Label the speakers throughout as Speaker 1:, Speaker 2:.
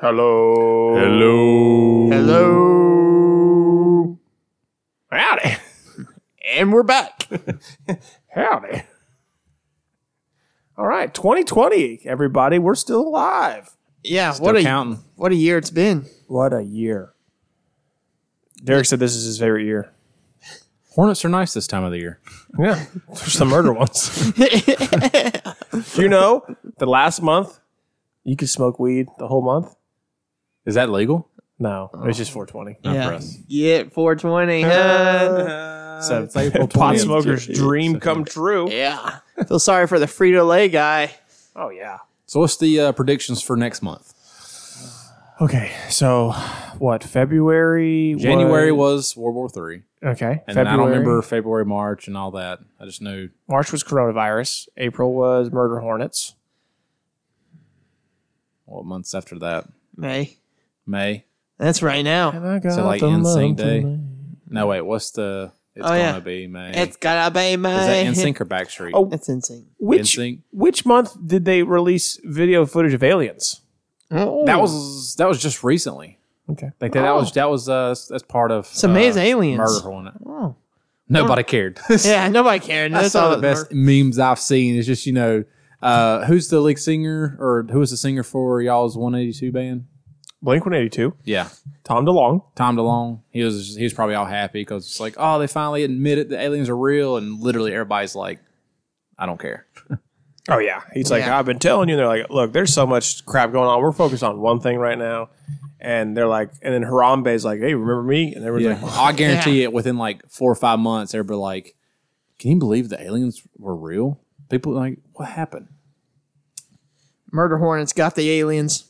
Speaker 1: Hello.
Speaker 2: Hello.
Speaker 1: Hello.
Speaker 2: Howdy.
Speaker 1: And we're back.
Speaker 2: Howdy. All right, 2020, everybody. We're still alive.
Speaker 1: Yeah, what a
Speaker 3: counting.
Speaker 1: what a year it's been.
Speaker 2: What a year. Derek said this is his favorite year.
Speaker 3: Hornets are nice this time of the year.
Speaker 2: Yeah. There's the murder ones. you know, the last month, you could smoke weed the whole month.
Speaker 3: Is that legal?
Speaker 2: No, it was just 420.
Speaker 3: Not
Speaker 1: yeah.
Speaker 3: for us.
Speaker 1: Yeah, 420. huh?
Speaker 2: So
Speaker 3: it's April
Speaker 2: Uh, pot
Speaker 3: 20th.
Speaker 2: smokers' dream come true.
Speaker 1: yeah. Feel sorry for the Frito Lay guy.
Speaker 2: Oh, yeah.
Speaker 3: So what's the uh, predictions for next month?
Speaker 2: Okay, so what? February?
Speaker 3: January was World War Three,
Speaker 2: Okay.
Speaker 3: and then I don't remember February, March, and all that. I just knew
Speaker 2: March was coronavirus. April was murder hornets.
Speaker 3: what months after that.
Speaker 1: May.
Speaker 3: May.
Speaker 1: That's right now.
Speaker 2: I got
Speaker 3: So, like, the NSYNC month Day? of No wait, what's the? It's
Speaker 1: Oh,
Speaker 3: gonna
Speaker 1: yeah.
Speaker 3: be May.
Speaker 1: It's gotta
Speaker 3: Is
Speaker 1: be
Speaker 3: that
Speaker 1: May.
Speaker 3: NSYNC or Backstreet?
Speaker 2: Oh,
Speaker 1: That's insane.
Speaker 2: Which
Speaker 3: NSYNC?
Speaker 2: which month did they release video footage of aliens?
Speaker 3: that was that was just recently.
Speaker 2: Okay.
Speaker 3: Like that, that was that was uh, that's part of
Speaker 1: Oh. Some May's
Speaker 3: uh,
Speaker 1: aliens.
Speaker 3: murder hornet.
Speaker 1: Oh.
Speaker 3: Nobody cared.
Speaker 1: Yeah, nobody cared.
Speaker 3: I
Speaker 1: That's
Speaker 3: saw
Speaker 1: all
Speaker 3: the best
Speaker 1: that
Speaker 3: memes I've seen. It's just you know, uh, who's the lead singer or who was the singer for y'all's 182 band?
Speaker 2: Blink one eighty two.
Speaker 3: Yeah,
Speaker 2: Tom DeLong.
Speaker 3: Tom DeLonge. He was he was probably all happy because it's like, oh, they finally admit it. The aliens are real, and literally everybody's like, I don't care.
Speaker 2: Oh yeah. He's like,
Speaker 1: Yeah.
Speaker 2: I've been telling you. And they're like, look, there's so much crap going on. We're focused on one thing right now. And they're like, and then Harambe's like, hey, remember me? And everyone's like,
Speaker 3: I guarantee it. Within like four or five months, everybody like, can you believe the aliens were real? People like, what happened?
Speaker 1: Murder Hornets got the aliens.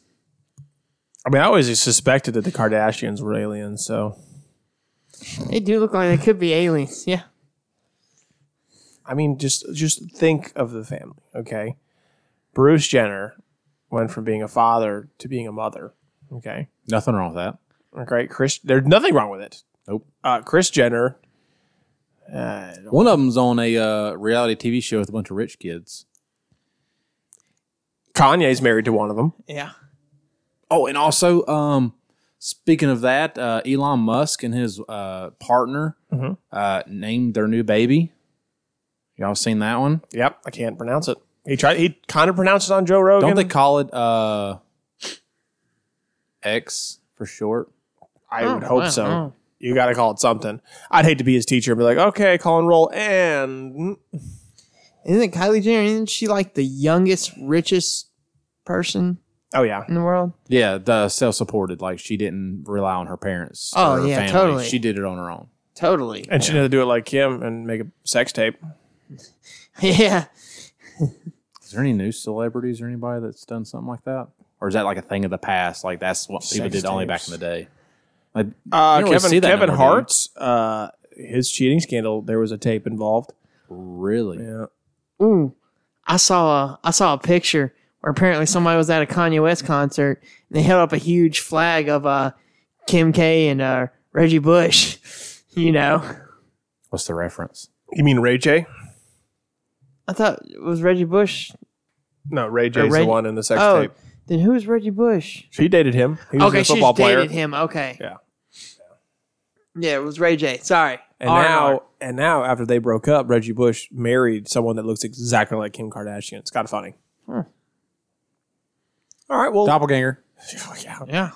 Speaker 2: I mean, I always suspected that the Kardashians were aliens. So
Speaker 1: They do look like they could be aliens. Yeah.
Speaker 2: I mean, just just think of the family, okay? Bruce Jenner went from being a father to being a mother, okay?
Speaker 3: Nothing wrong with that.
Speaker 2: Okay, Chris, there's nothing wrong with it.
Speaker 3: Nope.
Speaker 2: Uh, Chris Jenner, uh,
Speaker 3: One of them's on a uh, reality TV show with a bunch of rich kids.
Speaker 2: Kanye's married to one of them.
Speaker 1: Yeah.
Speaker 3: Oh, and also, um, speaking of that, uh, Elon Musk and his uh, partner
Speaker 1: Mm-hmm.
Speaker 3: uh, named their new baby. Y'all seen that one?
Speaker 2: Yep, I can't pronounce it. He tried. He kind of pronounced it on Joe Rogan.
Speaker 3: Don't they call it uh, X for short?
Speaker 2: I would
Speaker 1: Oh,
Speaker 2: hope
Speaker 1: wow.
Speaker 2: so.
Speaker 1: Oh.
Speaker 2: You got to call it something. I'd hate to be his teacher and be like, okay, call and roll, and
Speaker 1: Isn't Kylie Jenner? Isn't she like the youngest, richest person
Speaker 2: oh yeah,
Speaker 1: in the world?
Speaker 3: Yeah, the self-supported. Like she didn't rely on her parents.
Speaker 1: Oh,
Speaker 3: or her
Speaker 1: yeah,
Speaker 3: family.
Speaker 1: totally.
Speaker 3: She did it on her own.
Speaker 1: Totally.
Speaker 2: and she had to do it like Kim and make a sex tape.
Speaker 1: yeah.
Speaker 3: Is there any new celebrities or anybody that's done something like that, or is that like a thing of the past? Like that's what people
Speaker 2: Sex
Speaker 3: did only back
Speaker 2: tapes.
Speaker 3: in the day. Like,
Speaker 2: Uh,
Speaker 3: You don't really
Speaker 2: Kevin
Speaker 3: see that
Speaker 2: Kevin
Speaker 3: number, do you?
Speaker 2: Hart's uh, his cheating scandal. There was a tape involved.
Speaker 3: really?
Speaker 2: Yeah.
Speaker 1: Ooh, I saw a I saw a picture where apparently somebody was at a Kanye West concert and they held up a huge flag of uh Kim K and uh Reggie Bush. You know,
Speaker 3: What's the reference?
Speaker 2: You mean Ray J?
Speaker 1: I thought it was Reggie Bush.
Speaker 2: No, Ray
Speaker 3: Uh,
Speaker 2: J's
Speaker 1: Ray-
Speaker 2: the one in the sex
Speaker 1: Oh,
Speaker 2: tape.
Speaker 1: then who's Reggie Bush?
Speaker 2: She dated him. He was
Speaker 1: Okay,
Speaker 2: a
Speaker 1: she
Speaker 2: football
Speaker 1: just
Speaker 2: player.
Speaker 1: dated him. Okay,
Speaker 2: Yeah.
Speaker 1: yeah, it was Ray J. Sorry,
Speaker 2: And
Speaker 1: R&R.
Speaker 2: now, and now, after they broke up, Reggie Bush married someone that looks exactly like Kim Kardashian. It's kind of funny. All right. Well,
Speaker 3: Hmm. Doppelganger.
Speaker 2: yeah.
Speaker 1: yeah,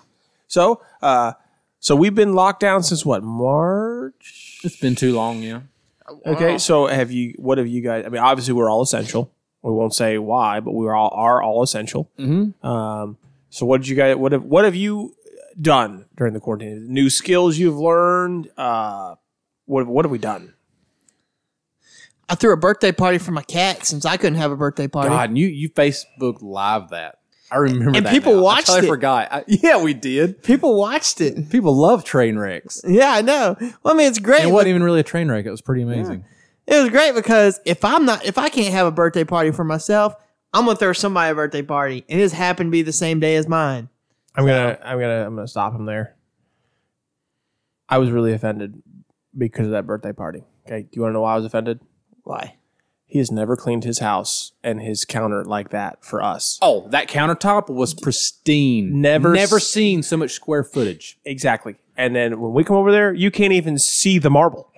Speaker 2: so, uh, so we've been locked down since what March?
Speaker 3: It's been too long, yeah.
Speaker 2: Okay. So, have you? What have you guys? I mean, obviously, we're all essential. We won't say why, but we are all are all essential.
Speaker 3: Mm-hmm.
Speaker 2: Um, so, what did you guys? What have What have you done during the quarantine? New skills you've learned? Uh, what What have we done?
Speaker 1: I threw a birthday party for my cat since I couldn't have a birthday party.
Speaker 3: God, and you you Facebook live that. I remember
Speaker 1: And
Speaker 3: that.
Speaker 1: people
Speaker 3: now.
Speaker 1: watched
Speaker 3: I totally
Speaker 1: it.
Speaker 3: forgot. I, yeah, we did.
Speaker 1: People watched it.
Speaker 3: People love train wrecks.
Speaker 1: Yeah, I know. Well, I mean, it's great.
Speaker 3: It wasn't even really a train wreck. It was pretty amazing.
Speaker 1: It was great because if I'm not, if I can't have a birthday party for myself, I'm gonna throw somebody a birthday party, and his happened to be the same day as mine.
Speaker 2: I'm gonna I'm gonna I'm gonna stop him there. I was really offended because of that birthday party. Okay, do you want to know why I was offended?
Speaker 1: Why?
Speaker 2: He has never cleaned his house and his counter like that for us.
Speaker 3: Oh, that countertop was pristine.
Speaker 2: Never
Speaker 3: never
Speaker 2: s-
Speaker 3: seen so much square footage.
Speaker 2: Exactly. And then when we come over there, you can't even see the marble.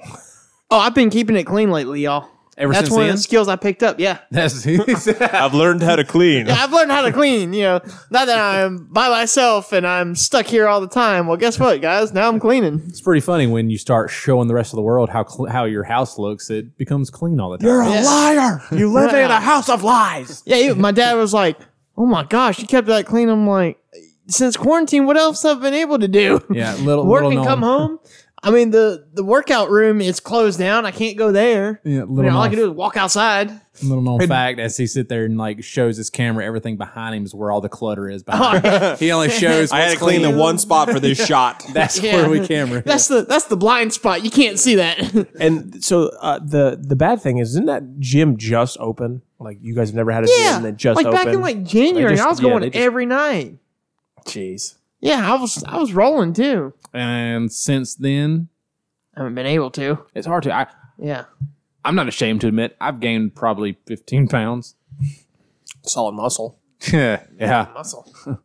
Speaker 1: Oh, I've been keeping it clean lately, y'all.
Speaker 3: Ever
Speaker 1: That's
Speaker 3: since
Speaker 1: one
Speaker 3: then,
Speaker 1: of the skills I picked up. Yeah.
Speaker 3: That's- yeah,
Speaker 2: I've learned how to clean.
Speaker 1: I've learned how to clean, you know. Not that I'm by myself and I'm stuck here all the time. Well, guess what, guys? Now I'm cleaning.
Speaker 4: It's pretty funny when you start showing the rest of the world how cl- how your house looks. It becomes clean all the time.
Speaker 2: a liar. You live in a house of lies.
Speaker 1: Yeah, he, my dad was like, "Oh my gosh, you kept that clean." I'm like, "Since quarantine, what else have I been able to do?
Speaker 4: little
Speaker 1: Work
Speaker 4: little
Speaker 1: and
Speaker 4: known,
Speaker 1: come home." I mean, the the workout room is closed down. I can't go there.
Speaker 4: Yeah, little
Speaker 1: I mean, all I
Speaker 4: known-
Speaker 1: can do is walk outside.
Speaker 4: Little known fact as he sit there and like shows his camera, everything behind him is where all the clutter is. Behind him.
Speaker 3: he only shows.
Speaker 5: I had to
Speaker 3: what's
Speaker 5: clean
Speaker 3: clean.
Speaker 5: the one spot for this shot.
Speaker 3: That's
Speaker 1: Yeah.
Speaker 3: where we camera.
Speaker 1: That's the that's the blind spot. You can't see that.
Speaker 2: And so uh, the the bad thing is, isn't that gym just open? Like you guys have never had a gym
Speaker 1: yeah,
Speaker 2: that just
Speaker 1: like
Speaker 2: open.
Speaker 1: back in like January,
Speaker 2: just-
Speaker 1: I was
Speaker 2: yeah,
Speaker 1: going
Speaker 2: they just-
Speaker 1: every night.
Speaker 2: Jeez.
Speaker 1: Yeah, I was I was rolling too.
Speaker 3: and since then,
Speaker 1: I haven't been able to.
Speaker 3: it's hard to. I,
Speaker 1: Yeah.
Speaker 3: I'm not ashamed to admit I've gained probably 15 pounds.
Speaker 2: Solid muscle.
Speaker 3: yeah,
Speaker 2: Muscle.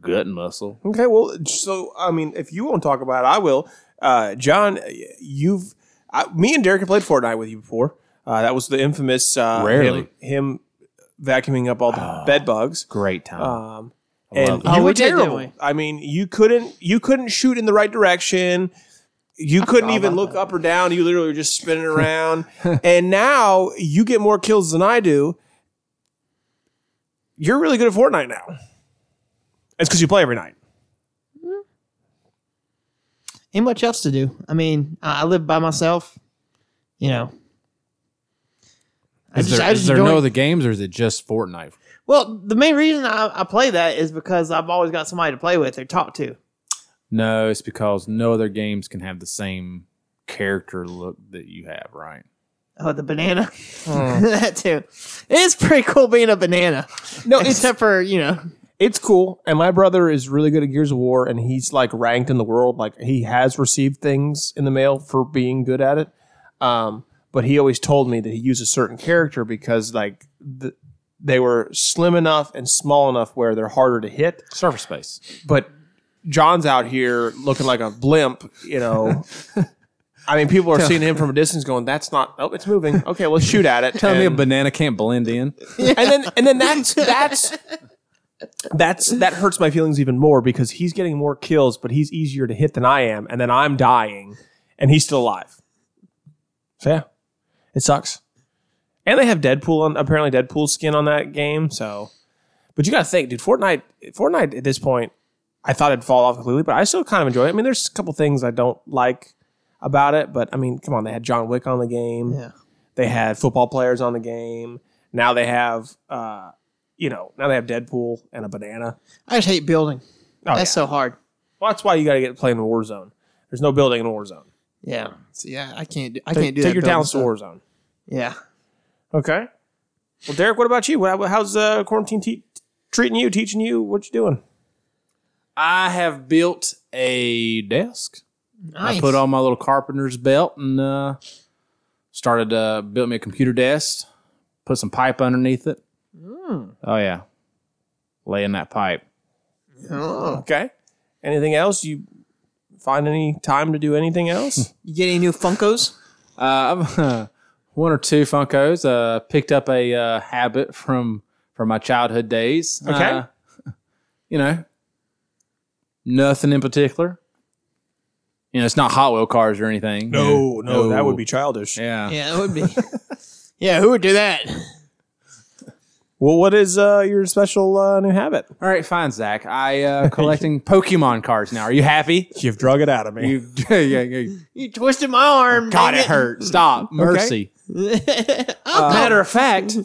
Speaker 3: gut muscle.
Speaker 2: Okay, well, so I mean, if you won't talk about it, I will. Uh, John, you've I, me and Derek have played Fortnite with you before. Uh, that was the infamous uh,
Speaker 3: Rarely.
Speaker 2: him, him vacuuming up all the bed bugs.
Speaker 3: Great time.
Speaker 1: Uh,
Speaker 2: Um, and
Speaker 3: love
Speaker 2: you
Speaker 1: it. Oh,
Speaker 2: were
Speaker 1: we did, didn't
Speaker 2: terrible.
Speaker 1: we?
Speaker 2: I mean, you couldn't you couldn't shoot in the right direction. You couldn't even look up or down. You literally were just spinning around. and now you get more kills than I do. You're really good at Fortnite now. It's because you play every night.
Speaker 1: Ain't much else to do. I mean, I I live by myself. You know. I
Speaker 3: is
Speaker 1: just-
Speaker 3: there,
Speaker 1: I
Speaker 3: is
Speaker 1: just
Speaker 3: there
Speaker 1: don't-
Speaker 3: no other games or is it just Fortnite?
Speaker 1: Well, the main reason I, I play that is because I've always got somebody to play with or talk to.
Speaker 3: No, it's because no other games can have the same character look that you have, right?
Speaker 1: Oh, the banana. that too. It's pretty cool being a banana. No, except for, you know.
Speaker 2: it's cool. And my brother is really good at Gears of War, and he's like ranked in the world. Like he has received things in the mail for being good at it. Um, but he always told me that he used a certain character because like the, they were slim enough and small enough where they're harder to hit.
Speaker 3: Surface Space.
Speaker 2: But John's out here looking like a blimp, you know. I mean, people are seeing him from a distance, going, "That's not. Oh, it's moving. Okay, let's shoot at it."
Speaker 3: Tell me a
Speaker 2: And-
Speaker 3: banana can't blend in.
Speaker 2: and then and then that's that's that's that hurts my feelings even more because he's getting more kills, but he's easier to hit than I am, and then I'm dying, and he's still alive. So yeah, it sucks. And they have Deadpool on apparently Deadpool skin on that game, so. But you gotta think, dude. Fortnite, Fortnite at this point, I thought it'd fall off completely, but I still kind of enjoy it. I mean, there's a couple things I don't like about it, but I mean, come on, they had John Wick on the game.
Speaker 1: Yeah.
Speaker 2: They had football players on the game. Now they have, uh, you know, now they have Deadpool and a banana.
Speaker 1: I just hate building.
Speaker 2: Oh,
Speaker 1: That's
Speaker 2: yeah.
Speaker 1: so hard.
Speaker 2: Well, that's why you got to get playing in Warzone. There's no building in Warzone.
Speaker 1: Yeah. See, I, I can't do I
Speaker 2: Take,
Speaker 1: can't do
Speaker 2: take
Speaker 1: that
Speaker 2: your
Speaker 1: building
Speaker 2: talents to
Speaker 1: stuff.
Speaker 2: Warzone.
Speaker 1: Yeah.
Speaker 2: Okay. Well, Derek, what about you? What- How's uh, quarantine te- treating you? Teaching you? What you doing?
Speaker 3: I have built a desk.
Speaker 1: Nice.
Speaker 3: I put on my little carpenter's belt and uh, started uh, built me a computer desk. Put some pipe underneath it.
Speaker 2: Hmm.
Speaker 3: Oh yeah, laying that pipe.
Speaker 1: Oh.
Speaker 2: Okay. Anything else? You find any time to do anything else?
Speaker 1: You get any new Funkos?
Speaker 3: Uh, I've, uh, one or two Funkos. Uh, picked up a uh, habit from from my childhood days.
Speaker 2: Okay.
Speaker 3: Uh, you know, nothing in particular. You know, it's not Hot Wheel cars or anything.
Speaker 2: that would be childish.
Speaker 3: Yeah.
Speaker 1: Yeah, it would be. yeah, who would do that?
Speaker 2: Well, what is uh, your special uh, new habit?
Speaker 3: All right, fine, Zach. I uh, collecting Pokemon cards now. Are you happy?
Speaker 2: You've drug it out of me.
Speaker 3: You, yeah, yeah.
Speaker 1: You twisted my arm.
Speaker 3: God,
Speaker 1: dang
Speaker 3: it hurt. Stop. Uh, Mercy.
Speaker 1: Matter of fact.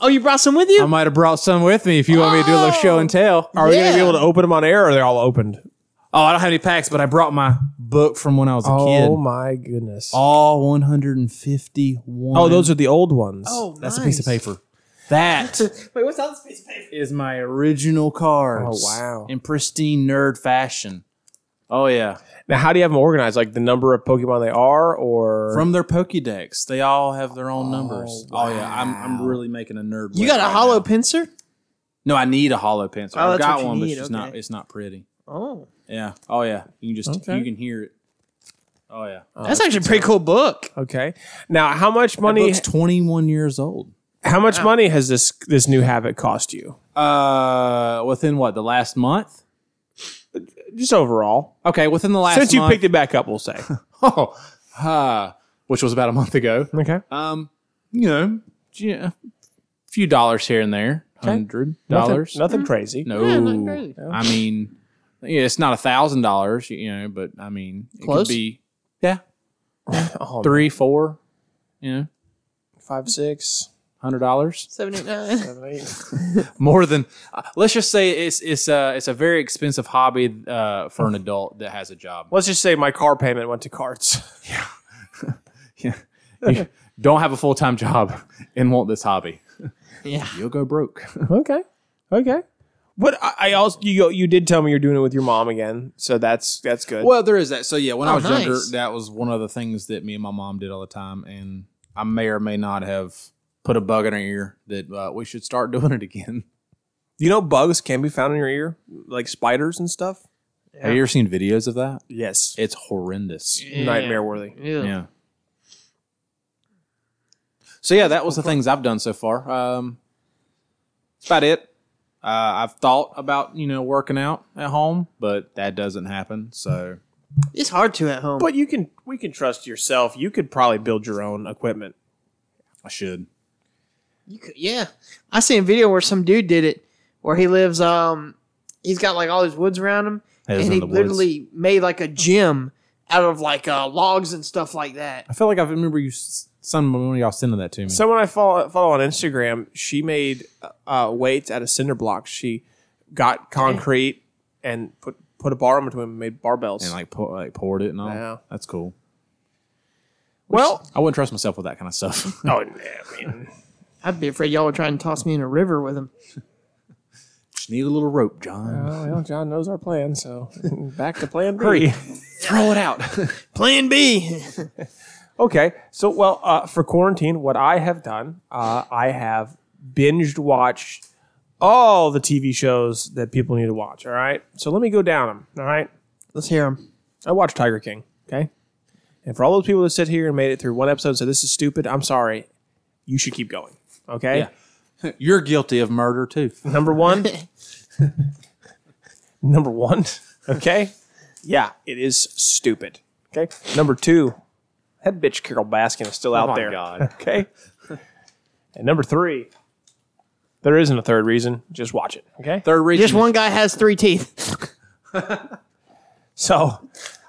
Speaker 1: Oh, you brought some with
Speaker 3: I
Speaker 1: you?
Speaker 3: might have brought some with me if you want me to do a little show and tell.
Speaker 2: Are we going to
Speaker 1: Oh, Yeah.
Speaker 2: be able to open them on air or are they all opened?
Speaker 3: Oh, I don't have any packs, but I brought my book from when I was a
Speaker 2: Oh,
Speaker 3: kid.
Speaker 2: my goodness.
Speaker 3: All 151.
Speaker 2: Oh, those are the old ones.
Speaker 1: oh,
Speaker 3: That's
Speaker 1: nice.
Speaker 3: a piece of paper. That
Speaker 1: Wait, what's on this piece of paper?
Speaker 3: is my original cards.
Speaker 2: Oh, wow.
Speaker 3: In pristine nerd fashion. Oh yeah,
Speaker 2: Now, how do you have them organized? Like the number of Pokemon they are, or
Speaker 3: from their Pokédex, they all have their own numbers. Oh yeah, I'm, I'm really making a nerd.
Speaker 1: You
Speaker 3: whip
Speaker 1: got a
Speaker 3: right
Speaker 1: hollow
Speaker 3: now.
Speaker 1: pincer?
Speaker 3: No, I need a hollow pencil.
Speaker 1: Oh,
Speaker 3: I
Speaker 1: that's what
Speaker 3: got
Speaker 1: you
Speaker 3: one, but
Speaker 1: need,
Speaker 3: it's just not
Speaker 1: okay.
Speaker 3: it's not pretty.
Speaker 1: Oh,
Speaker 3: Yeah. Oh yeah, you can just
Speaker 2: Okay.
Speaker 3: you can hear it. Oh yeah,
Speaker 1: that's actually a pretty cool book.
Speaker 2: uh, okay? Now, how much money?
Speaker 3: Book's 21 years old.
Speaker 2: How much money has this this new habit cost you?
Speaker 3: Uh, within what the last month?
Speaker 2: Just overall,
Speaker 3: Okay, within the last
Speaker 2: since you
Speaker 3: month-
Speaker 2: picked it back up, we'll say.
Speaker 3: oh, uh, which was about a month ago.
Speaker 2: okay.
Speaker 3: Um, you know, yeah, a few dollars here and there, hundred dollars.
Speaker 2: Nothing, nothing crazy.
Speaker 3: No,
Speaker 1: Yeah, nothing crazy.
Speaker 3: I mean, yeah, it's not a thousand dollars, you know, but I mean, it
Speaker 1: Close.
Speaker 3: could be yeah,
Speaker 2: Oh,
Speaker 3: three, four, you know,
Speaker 2: five, six,
Speaker 3: hundred dollars.
Speaker 1: Seven, eight, nine.
Speaker 2: seven, eight.
Speaker 3: more than uh, let's just say it's it's uh it's a very expensive hobby uh for an adult that has a job
Speaker 2: Let's just say my car payment went to carts.
Speaker 3: You don't have a full-time job and want this hobby
Speaker 1: Yeah.
Speaker 3: you'll go broke
Speaker 2: Okay. Okay. But I, I also you you did tell me you're doing it with your mom again, so that's that's good.
Speaker 3: well there is that so yeah when
Speaker 1: Oh,
Speaker 3: i was younger
Speaker 1: nice.
Speaker 3: that was one of the things that me and my mom did all the time and i may or may not have put a bug in her ear that uh, we should start doing it again
Speaker 2: You know, bugs can be found in your ear, like spiders and stuff.
Speaker 3: have you ever seen videos of that
Speaker 2: Yes,
Speaker 3: it's horrendous
Speaker 2: nightmare worthy.
Speaker 1: Yeah.
Speaker 3: yeah so yeah that was the things i've done so far um that's about it uh i've thought about you know working out at home but that doesn't happen so
Speaker 1: It's hard to at home.
Speaker 2: But you can we can trust yourself. You could probably build your own equipment.
Speaker 3: i should
Speaker 1: You could, yeah. I seen a video where some dude did it, where he lives. Um, he's got like all these woods around him,
Speaker 3: He lives
Speaker 1: and
Speaker 3: in
Speaker 1: he
Speaker 3: the woods.
Speaker 1: literally made like a gym out of like uh, logs and stuff like that.
Speaker 3: i feel like i remember you s- some one of y'all sending that to me
Speaker 2: Someone I follow follow on Instagram, she made uh, weights out of cinder blocks. She got concrete and put put a bar in between them and made barbells.
Speaker 3: and like, pour, like poured it and all
Speaker 2: Yeah.
Speaker 3: that's cool
Speaker 2: well,
Speaker 3: i wouldn't trust myself with that kind of stuff
Speaker 2: oh, I mean,
Speaker 1: I'd be afraid y'all would try and toss me in a river with him.
Speaker 3: just need a little rope john
Speaker 2: well, John knows our plan, so back to plan B.
Speaker 3: throw it out
Speaker 1: Plan B.
Speaker 2: Okay. So, well, uh, for quarantine, what I have done, uh, I have binged watched all the TV shows that people need to watch. All right. So let me go down them. All right.
Speaker 1: Let's hear him.
Speaker 2: I watched Tiger King. Okay. And for all those people that sit here and made it through one episode and said, this is stupid, I'm sorry. You should keep going. Okay.
Speaker 3: Yeah. you're guilty of murder too
Speaker 2: Number one. number one. Okay. Yeah. It is stupid. Okay. Number two. That bitch Carol Baskin is still out
Speaker 3: Oh my
Speaker 2: there.
Speaker 3: God.
Speaker 2: Okay. And number three. There isn't a third reason. Just watch it. Okay.
Speaker 3: third reason
Speaker 1: Just one guy has three teeth.
Speaker 2: So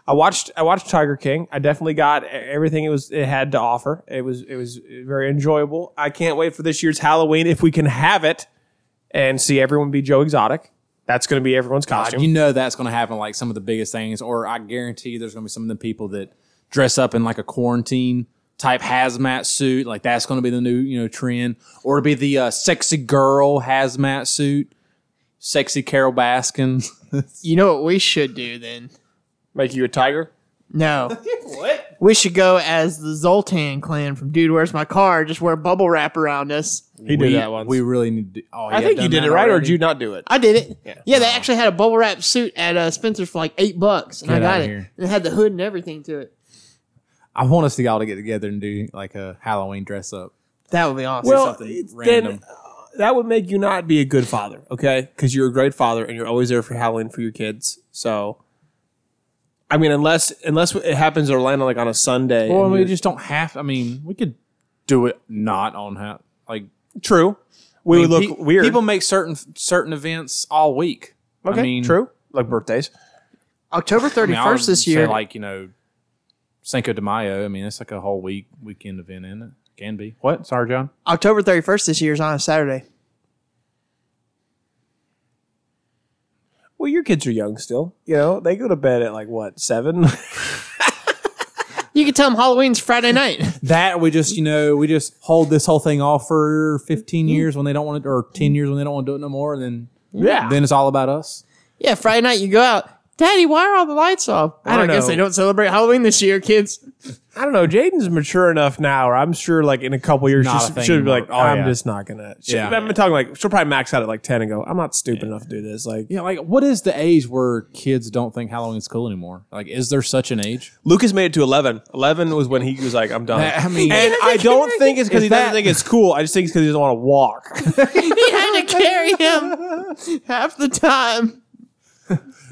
Speaker 2: I watched I watched Tiger King. I definitely got e, everything it was it had to offer. It was it was very enjoyable. I can't wait for this year's Halloween if we can have it and see everyone be Joe Exotic. That's going to be everyone's costume.
Speaker 3: You know that's going to happen. Like some of the biggest things, or I guarantee you, there's going to be some of the people that dress up in like a quarantine type hazmat suit. Like that's going to be the new you know trend, or it'll be the uh, sexy girl hazmat suit, sexy Carol Baskin.
Speaker 1: You know what we should do then?
Speaker 2: Make you a tiger?
Speaker 1: No. what? We should go as the Zoltan clan from Dude Where's My Car. Just wear bubble wrap around us.
Speaker 2: He
Speaker 3: we,
Speaker 2: did that once.
Speaker 3: We really need. to Oh,
Speaker 2: I think you did it right, or did you not do it?
Speaker 1: I did it. Yeah, they actually had a bubble wrap suit at uh, Spencer's for like eight bucks, and I got
Speaker 3: outta
Speaker 1: it.
Speaker 3: here.
Speaker 1: And it had the hood and everything to it.
Speaker 3: I want us to all to get together and do like a Halloween dress up.
Speaker 1: That would be awesome.
Speaker 2: Well,
Speaker 3: something
Speaker 2: it's-
Speaker 3: random.
Speaker 2: then uh, that would make you not be a good father, okay? Because you're a great father and you're always there for Halloween for your kids. So, I mean, unless unless it happens in Orlando like on a Sunday.
Speaker 3: Well,
Speaker 2: and
Speaker 3: we
Speaker 2: you're-
Speaker 3: just don't have. I mean, we could do it not on ha- like
Speaker 2: true. We would
Speaker 3: mean,
Speaker 2: look
Speaker 3: pe-
Speaker 2: weird.
Speaker 3: People make certain certain events all week.
Speaker 2: okay,
Speaker 3: I mean,
Speaker 2: true. Like birthdays.
Speaker 1: October
Speaker 3: I
Speaker 1: thirty
Speaker 3: mean,
Speaker 1: first
Speaker 3: I would
Speaker 1: this
Speaker 3: say,
Speaker 1: year.
Speaker 3: like you know, Cinco de Mayo. I mean, it's like a whole week weekend event, isn't it? Can be. What? Sorry, John.
Speaker 1: October thirty first this year is on a Saturday.
Speaker 2: Well, your kids are young still. You know, they go to bed at like what seven.
Speaker 1: You can tell them Halloween's Friday night.
Speaker 3: That we just you know we just hold this whole thing off for fifteen years when they don't Mm-hmm. want it, or ten years when they don't want to do it no more. And then
Speaker 2: yeah.
Speaker 3: then it's all about us.
Speaker 1: yeah, Friday night you go out. Daddy, why are all the lights off? I
Speaker 2: I
Speaker 1: don't guess
Speaker 2: know.
Speaker 1: they don't celebrate Halloween this year, kids.
Speaker 2: I don't know. Jaden's mature enough now, or I'm sure, like in a couple years,
Speaker 3: Not a
Speaker 2: she's-
Speaker 3: thing
Speaker 2: she'll be like,
Speaker 3: anymore. Oh,
Speaker 2: "I'm
Speaker 3: yeah.
Speaker 2: just not gonna." She,
Speaker 3: Yeah.
Speaker 2: I'm talking like she'll probably max out at like ten and go, "I'm not stupid enough to do this." Like
Speaker 3: Yeah, like what is the age where kids don't think Halloween's cool anymore? Like, is there such an age?
Speaker 2: Lucas made it to eleven. Eleven was when he was like, "I'm done."
Speaker 3: I mean,
Speaker 2: and I don't think it's because
Speaker 3: If
Speaker 2: he
Speaker 3: that-
Speaker 2: doesn't think it's cool. I just think it's because he doesn't want to walk.
Speaker 1: He had to carry him half the time.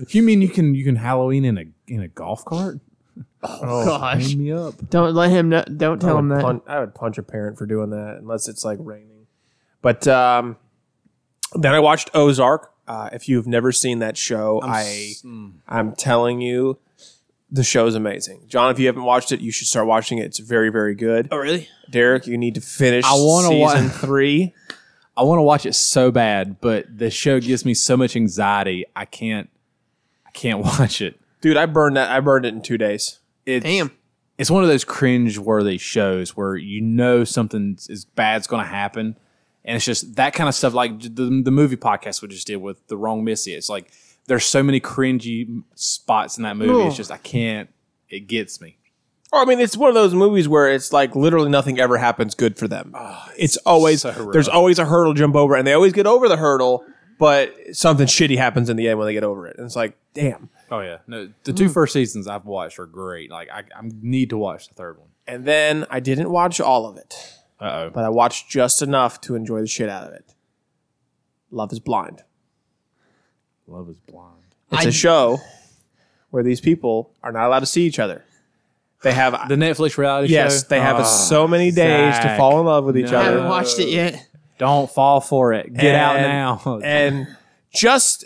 Speaker 3: you mean you can you can Halloween in a in a golf cart?
Speaker 1: Gosh,
Speaker 3: Oh, Hang me up.
Speaker 1: don't let him. Know, don't tell
Speaker 2: I
Speaker 1: him
Speaker 2: would
Speaker 1: that.
Speaker 2: Punch, I would punch a parent for doing that unless it's like raining. But um, then I watched Ozark. Uh, if you've never seen that show, i i I'm telling you, the show's amazing. John, if you haven't watched it, you should start watching it. It's very very good. Oh really? Derek, you need to finish. I
Speaker 3: wanna
Speaker 2: season
Speaker 3: wa-
Speaker 2: three.
Speaker 3: I want to watch it so bad, but the show gives me so much anxiety. I can't I can't watch it.
Speaker 2: Dude, I burned that. I burned it in two days.
Speaker 3: It's,
Speaker 1: Damn.
Speaker 3: it's one of those cringe-worthy shows where you know something is bad's going to happen, and it's just that kind of stuff. Like the, the movie podcast we just did with the wrong Missy. It's like there's so many cringy spots in that movie. It's
Speaker 1: Ugh.
Speaker 3: just I can't. It gets me.
Speaker 2: Or Oh, I mean, it's one of those movies where it's like literally nothing ever happens good for them.
Speaker 3: Ah,
Speaker 2: it's always there's always a hurdle to jump over, and they always get over the hurdle, but something shitty happens in the end when they get over it, and it's like, damn.
Speaker 3: Oh yeah, no. The
Speaker 1: Mm.
Speaker 3: two first seasons I've watched are great. Like I, I need to watch the third one.
Speaker 2: And then I didn't watch all of it,
Speaker 3: Uh oh.
Speaker 2: but I watched just enough to enjoy the shit out of it. Love is Blind.
Speaker 3: Love is blind.
Speaker 2: It's a show where these people are not allowed to see each other. They have
Speaker 3: The Netflix reality show.
Speaker 2: yes, they have
Speaker 3: Ah.
Speaker 2: so many days to
Speaker 3: Zach.
Speaker 2: fall in love with each
Speaker 3: No.
Speaker 1: I
Speaker 2: other.
Speaker 1: haven't watched it yet.
Speaker 3: Don't fall for it. Get out
Speaker 2: And-
Speaker 3: now.
Speaker 2: and just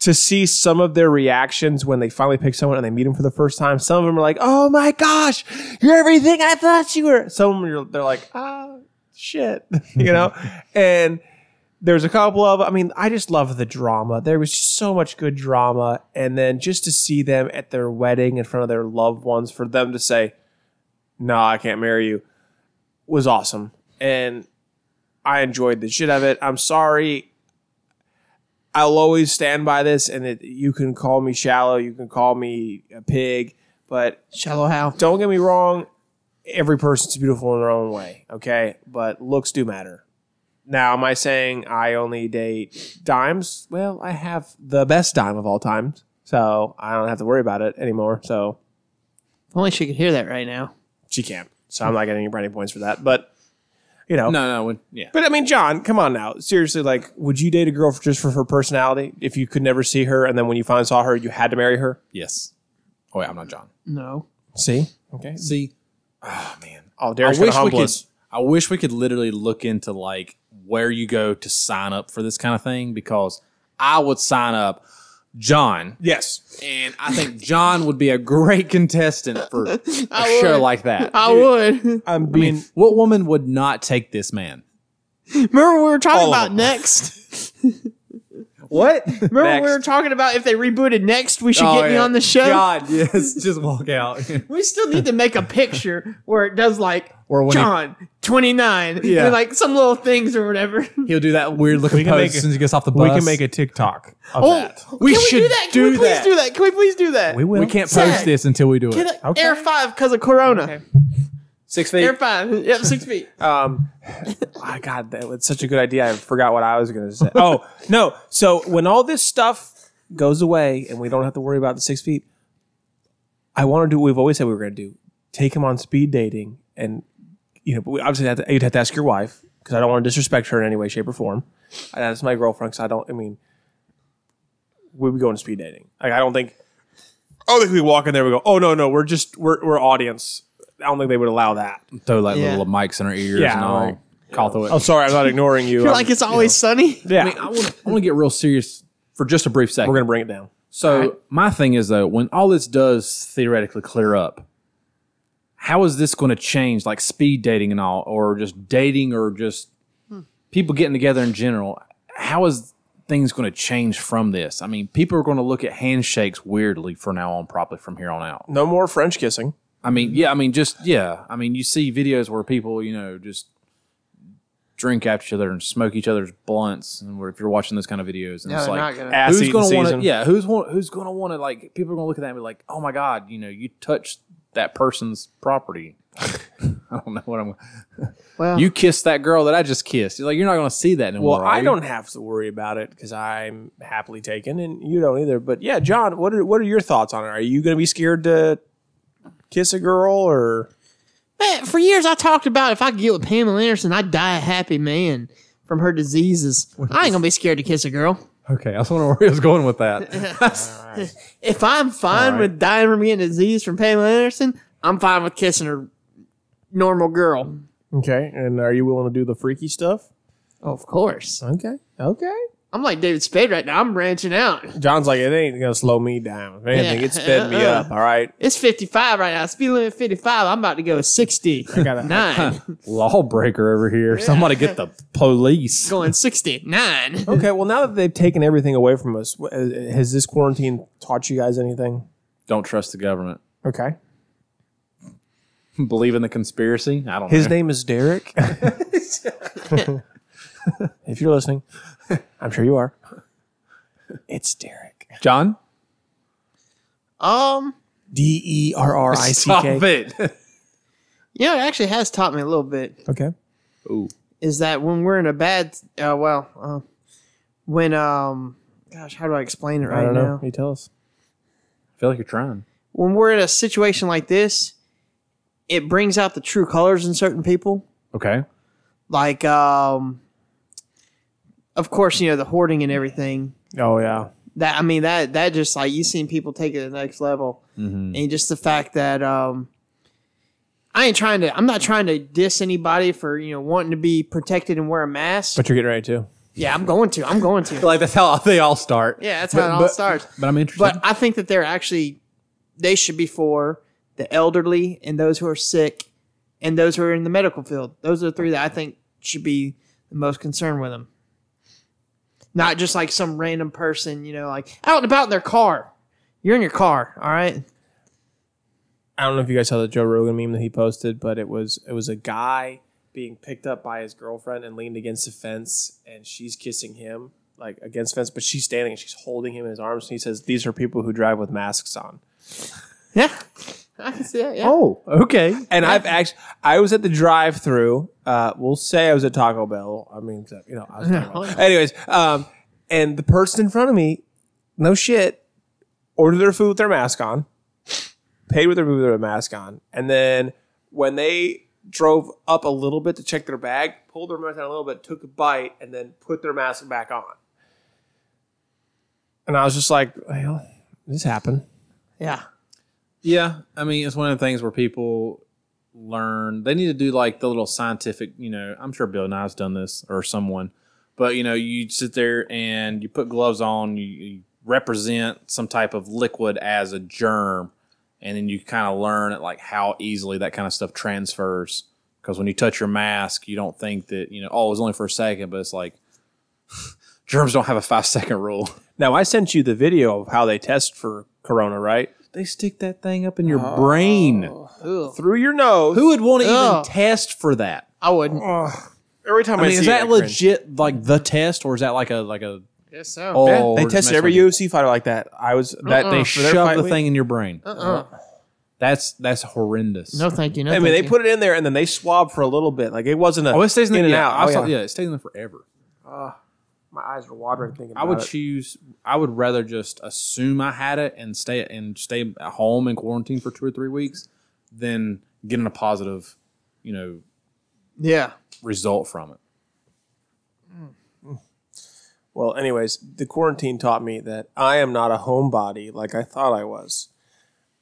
Speaker 2: to see some of their reactions when they finally pick someone and they meet them for the first time, some of them are like, "Oh my gosh, you're everything I thought you were." Some of them are, they're like, "Ah, shit," you know. and there's a couple of, I mean, I just love the drama. There was just so much good drama, and then just to see them at their wedding in front of their loved ones, for them to say, "No, I can't marry you," was awesome, and I enjoyed the shit out of it. I'm sorry I'll always stand by this, and it, you can call me shallow, you can call me a pig, but
Speaker 1: Shallow how?
Speaker 2: don't get me wrong. Every person's beautiful in their own way, okay? But looks do matter. Now, am I saying I only date dimes? Well, I have the best dime of all time, so I don't have to worry about it anymore. So
Speaker 1: If only she could hear that right now.
Speaker 2: she can't. So I'm not getting any brownie points for that. But you know,
Speaker 3: no, no, when, yeah.
Speaker 2: But I mean, John, come on now. Seriously, like, would you date a girl for, just for her personality? If you could never see her, and then when you finally saw her, you had to marry her.
Speaker 3: Yes. Oh wait, I'm not John.
Speaker 1: No.
Speaker 2: See? Okay.
Speaker 3: See, oh man,
Speaker 2: Oh,
Speaker 3: I
Speaker 2: Derek's gonna
Speaker 3: wish we
Speaker 2: humble
Speaker 3: could.
Speaker 2: us.
Speaker 3: I wish we could literally look into like where you go to sign up for this kind of thing because I would sign up John,
Speaker 2: Yes.
Speaker 3: and I think John would be a great contestant for a
Speaker 1: I
Speaker 3: show
Speaker 1: would.
Speaker 3: like that.
Speaker 1: I would.
Speaker 2: I'm being.
Speaker 3: what woman would not take this man?
Speaker 1: Remember we were talking
Speaker 2: All of
Speaker 1: about
Speaker 2: them.
Speaker 1: next.
Speaker 3: What?
Speaker 1: Remember we were
Speaker 2: Next.
Speaker 1: talking about if they rebooted next, we should
Speaker 3: Oh,
Speaker 1: get me
Speaker 3: yeah.
Speaker 1: on the show.
Speaker 3: God, yes, just walk out.
Speaker 1: We still need to make a picture where it does like
Speaker 3: Or when he-
Speaker 1: John twenty nine,
Speaker 3: Yeah.
Speaker 1: and like some little things or whatever.
Speaker 3: He'll do that weird looking
Speaker 2: can make
Speaker 3: pose
Speaker 2: it-
Speaker 3: as soon as he gets off the
Speaker 2: we
Speaker 3: bus.
Speaker 2: can make a TikTok of that.
Speaker 3: We
Speaker 1: Oh, Can we do
Speaker 3: should
Speaker 1: that? Can
Speaker 3: do
Speaker 1: we please
Speaker 3: that.
Speaker 1: do that? Can we please do that?
Speaker 2: We will.
Speaker 3: We can't
Speaker 1: Zach.
Speaker 3: post this until we do it.
Speaker 1: Can I- Air five because of Corona.
Speaker 2: Six
Speaker 1: Air
Speaker 2: feet.
Speaker 1: five. Yep, six feet.
Speaker 2: Um, my God, that was such a good idea. I forgot what I was going to say. Oh no! So when all this stuff goes away and we don't have to worry about the six feet, I want to do what we've always said we were going to do: take him on speed dating, and you know, but we obviously have to, you'd have to ask your wife because I don't want to disrespect her in any way, shape, or form. I that's my girlfriend because I don't. I mean, we would go on speed dating. Like I don't think. Oh, think we walk in there. We go. Oh no, no, we're just we're we're audience. I don't think they would allow that.
Speaker 3: Throw like
Speaker 1: Yeah.
Speaker 3: little mics in our ears
Speaker 2: Yeah,
Speaker 3: and all.
Speaker 2: like-
Speaker 3: call through it.
Speaker 2: Oh, sorry, I'm not ignoring you.
Speaker 1: You're
Speaker 2: I'm-
Speaker 1: like it's always sunny.
Speaker 2: yeah,
Speaker 3: I mean, I want to get real serious for just a brief 2nd
Speaker 2: we're gonna bring it down.
Speaker 3: so my thing is though, when all this does theoretically clear up, how is this going to change like speed dating and all, or just dating, or just
Speaker 1: Hmm.
Speaker 3: people getting together in general? How is things going to change from this? I mean, people are going to look at handshakes weirdly from now on, probably from here on out.
Speaker 2: No more French kissing.
Speaker 3: I mean, yeah, I mean, just yeah, I mean, you see videos where people, you know, just drink at each other and smoke each other's blunts. And we're, if you're watching those kind of videos, and
Speaker 1: No,
Speaker 3: it's
Speaker 1: they're
Speaker 3: like,
Speaker 1: not gonna.
Speaker 2: Ass
Speaker 3: who's
Speaker 2: eating
Speaker 3: gonna want
Speaker 2: season.
Speaker 3: to? Yeah, who's want, who's gonna want to? Like, people are gonna look at that and be like, "Oh my god, you know, you touched that person's property." I don't know what I'm.
Speaker 1: well,
Speaker 3: You kissed that girl that I just kissed. You're like, you're not gonna see that anymore.
Speaker 2: Well, I don't have to worry about it because I'm happily taken, and you don't either. But yeah, John, what are what are your thoughts on it? Are you going to be scared to kiss a girl, or
Speaker 1: Man, for years I talked about if I could get with Pamela Anderson, I'd die a happy man from her diseases. I ain't gonna be scared to kiss a girl.
Speaker 3: Okay, I was wondering where he was going with that.
Speaker 1: If I'm fine with dying from getting a disease from Pamela Anderson, I'm fine with kissing her normal girl.
Speaker 2: okay? And are you willing to do the freaky stuff?
Speaker 1: of course.
Speaker 2: Okay, okay.
Speaker 1: I'm like David Spade right now. I'm branching out.
Speaker 2: John's like, it ain't going to slow me down. If anything, it's sped me
Speaker 1: Yeah.
Speaker 2: up. All right,
Speaker 1: It's 55 right now. Speed limit 55. I'm about to go 60.
Speaker 2: gotta-
Speaker 1: Nine.
Speaker 3: Lawbreaker over here. Somebody get the police.
Speaker 1: going 69.
Speaker 2: okay. Well, now that they've taken everything away from us, wh- uh, has this quarantine taught you guys anything?
Speaker 3: Don't trust the government.
Speaker 2: Okay.
Speaker 3: Believe in the conspiracy. I don't.
Speaker 2: His
Speaker 3: know.
Speaker 2: name is Derek. if you're listening, I'm sure you are. It's Derek.
Speaker 3: John.
Speaker 1: Um,
Speaker 2: D E R R I C K.
Speaker 3: it.
Speaker 1: you know, it actually has taught me a little bit
Speaker 2: Okay.
Speaker 1: is that when we're in a bad, uh, well, uh, when, um, gosh, how do I explain it
Speaker 2: I
Speaker 1: right
Speaker 2: don't know.
Speaker 1: now?
Speaker 2: You tell us.
Speaker 3: I feel like you're trying.
Speaker 1: When we're in a situation like this, it brings out the true colors in certain people.
Speaker 3: Okay.
Speaker 1: Like, um, of course, you know, the hoarding and everything.
Speaker 2: Oh yeah.
Speaker 1: that I mean that that just like you seen people take it to the next level,
Speaker 3: Mm-hmm.
Speaker 1: and just the fact that um, I ain't trying to I'm not trying to diss anybody for you know wanting to be protected and wear a mask.
Speaker 2: But you're getting ready to.
Speaker 1: yeah, I'm going to. I'm going to.
Speaker 3: Like that's how they all start.
Speaker 1: Yeah, that's how it all
Speaker 3: but-
Speaker 1: starts.
Speaker 3: But I'm interested.
Speaker 1: But I think that they're actually they should be for the elderly and those who are sick and those who are in the medical field. Those are the three that I think should be the most concerned with them. Not just like some random person, you know, like out and about in their car. You're in your car, all right?
Speaker 2: I don't know if you guys saw the Joe Rogan meme that he posted, but it was it was a guy being picked up by his girlfriend and leaned against a fence, and she's kissing him like against the fence, but she's standing and she's holding him in his arms, and he says, "These are people who drive with masks on."
Speaker 1: Yeah. I can see that, yeah.
Speaker 2: Oh, okay. And I've actually, I was at the drive-through. Uh, we'll say I was at Taco Bell. I mean, you know, I was at Taco Bell. anyways. Um, and the person in front of me, no shit, ordered their food with their mask on, paid with their food with their mask on, and then when they drove up a little bit to check their bag, pulled their mask down a little bit, took a bite, and then put their mask back on. And I was just like, well, this happened.
Speaker 1: Yeah.
Speaker 3: yeah, I mean, it's one of the things where people learn they need to do like the little scientific. You know, I'm sure Bill Nye's done this or someone, but you know, you sit there and you put gloves on. You, you represent some type of liquid as a germ, and then you kind of learn at like how easily that kind of stuff transfers. Because when you touch your mask, you don't think that you know. Oh, it was only for a second, but it's like germs don't have a five second rule.
Speaker 2: Now I sent you the video of how they test for corona, right?
Speaker 3: They stick that thing up in your brain.
Speaker 1: Ooh.
Speaker 2: Through your nose.
Speaker 3: Who would want to
Speaker 1: Ugh.
Speaker 3: even test for that?
Speaker 1: I wouldn't.
Speaker 2: Every time
Speaker 3: I mean, is
Speaker 2: see it,
Speaker 3: that
Speaker 2: I cringe.
Speaker 3: legit like the test, or is that like a like a
Speaker 1: Guess so.
Speaker 3: oh?
Speaker 2: Yeah,
Speaker 3: we're
Speaker 2: they
Speaker 3: just
Speaker 2: tested
Speaker 3: messing
Speaker 2: every
Speaker 3: with you.
Speaker 2: UFC fighter like that. I was that
Speaker 1: Uh-uh.
Speaker 2: they
Speaker 3: They
Speaker 2: for their
Speaker 3: shove
Speaker 2: fight
Speaker 3: the
Speaker 2: week-
Speaker 3: thing in your brain.
Speaker 1: Uh-uh.
Speaker 3: That's that's horrendous.
Speaker 1: No, thank you. No,
Speaker 2: I mean,
Speaker 1: thank
Speaker 2: they
Speaker 1: you.
Speaker 2: put it in there and then they swab for a little bit. Like it wasn't a
Speaker 3: oh, it stays in,
Speaker 2: in
Speaker 3: the,
Speaker 2: and
Speaker 3: yeah,
Speaker 2: out.
Speaker 3: I
Speaker 2: Oh,
Speaker 3: saw-
Speaker 2: yeah.
Speaker 3: yeah. it stays in there forever.
Speaker 2: My eyes are watering thinking.
Speaker 3: I would choose. I would rather just assume I had it and stay and stay at home in quarantine for two or three weeks than getting a positive, you know,
Speaker 1: Yeah.
Speaker 3: result from it.
Speaker 2: Well, anyways, the quarantine taught me that I am not a homebody like I thought I was.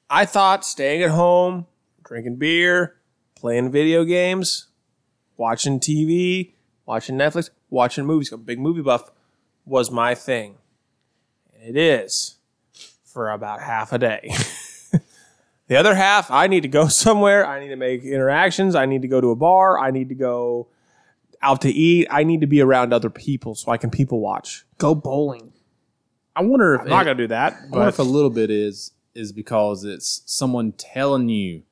Speaker 2: I thought staying at home, drinking beer, playing video games, watching TV, watching Netflix, watching movies, a big movie buff was my thing. And it is for about half a day. the other half, I need to go somewhere. I need to make interactions. I need to go to a bar. I need to go out to eat. I need to be around other people so I can people watch.
Speaker 1: Go bowling.
Speaker 3: I wonder if
Speaker 2: I'm not gonna do that.
Speaker 3: I wonder if
Speaker 2: But
Speaker 3: a little bit is is because it's someone telling you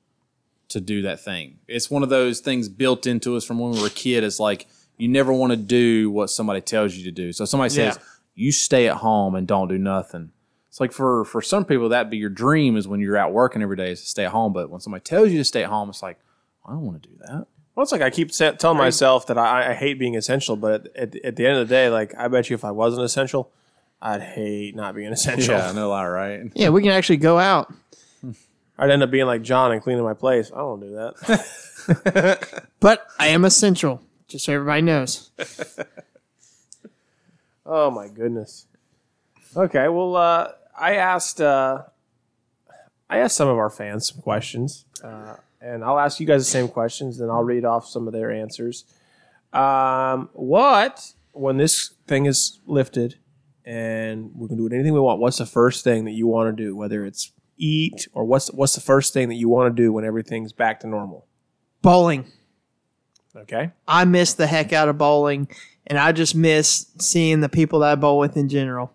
Speaker 3: to do that thing. It's one of those things built into us from when we were a kid. It's like You never want to do what somebody tells you to do. So if somebody says
Speaker 1: Yeah.
Speaker 3: you stay at home and don't do nothing. It's like for for some people that be your dream is when you're out working every day is to stay at home. But when somebody tells you to stay at home, it's like I don't want to do that.
Speaker 2: Well, it's like I keep sa- telling myself that I, I hate being essential, but at, at, at the end of the day, like I bet you if I wasn't essential, I'd hate not being essential.
Speaker 3: no lie, right?
Speaker 1: Yeah, we can actually go out.
Speaker 2: I'd end up being like John and cleaning my place. I don't do that.
Speaker 1: But I am essential, just so everybody knows.
Speaker 2: oh my goodness. Okay, well, uh, I asked uh, I asked some of our fans some questions, uh, and I'll ask you guys the same questions, then I'll read off some of their answers. Um, what when this thing is lifted and we can do anything we want? What's the first thing that you want to do? Whether it's eat or what's what's the first thing that you want to do when everything's back to normal?
Speaker 1: Bowling.
Speaker 2: Okay.
Speaker 1: I miss the heck out of bowling, and I just miss seeing the people that I bowl with in general.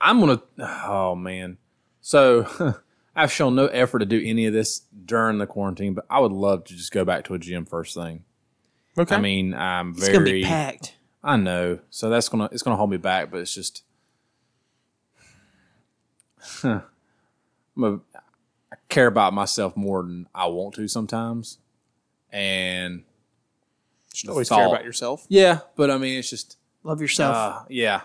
Speaker 3: I'm gonna. Oh man. So I've shown no effort to do any of this during the quarantine, but I would love to just go back to a gym first thing.
Speaker 2: Okay.
Speaker 3: I mean, I'm very.
Speaker 1: It's gonna be packed.
Speaker 3: I know. So that's gonna it's gonna hold me back, but it's just I'm a, I care about myself more than I want to sometimes. And
Speaker 5: Just
Speaker 3: the
Speaker 5: always
Speaker 3: thought-
Speaker 5: care about yourself.
Speaker 3: yeah, but I mean it's just
Speaker 1: Love yourself.
Speaker 3: uh, yeah.